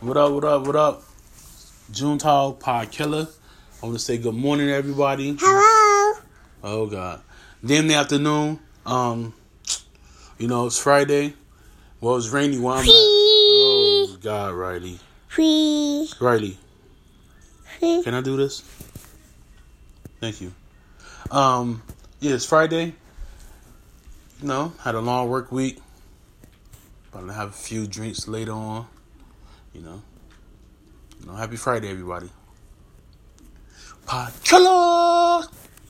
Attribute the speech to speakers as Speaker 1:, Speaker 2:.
Speaker 1: What up, what up, what up? Juntao Pod Killer. I want to say good morning, everybody.
Speaker 2: Hello.
Speaker 1: Oh, God. Damn the afternoon. Um, You know, it's Friday. Well, it's rainy while I'm at. Oh, God, Riley.
Speaker 2: Wee.
Speaker 1: Riley,
Speaker 2: Wee.
Speaker 1: Can I do this? Thank you. Um, yeah, it's Friday. You know, had a long work week. About to have a few drinks later on. You know. You know, happy Friday, everybody. Pod killer!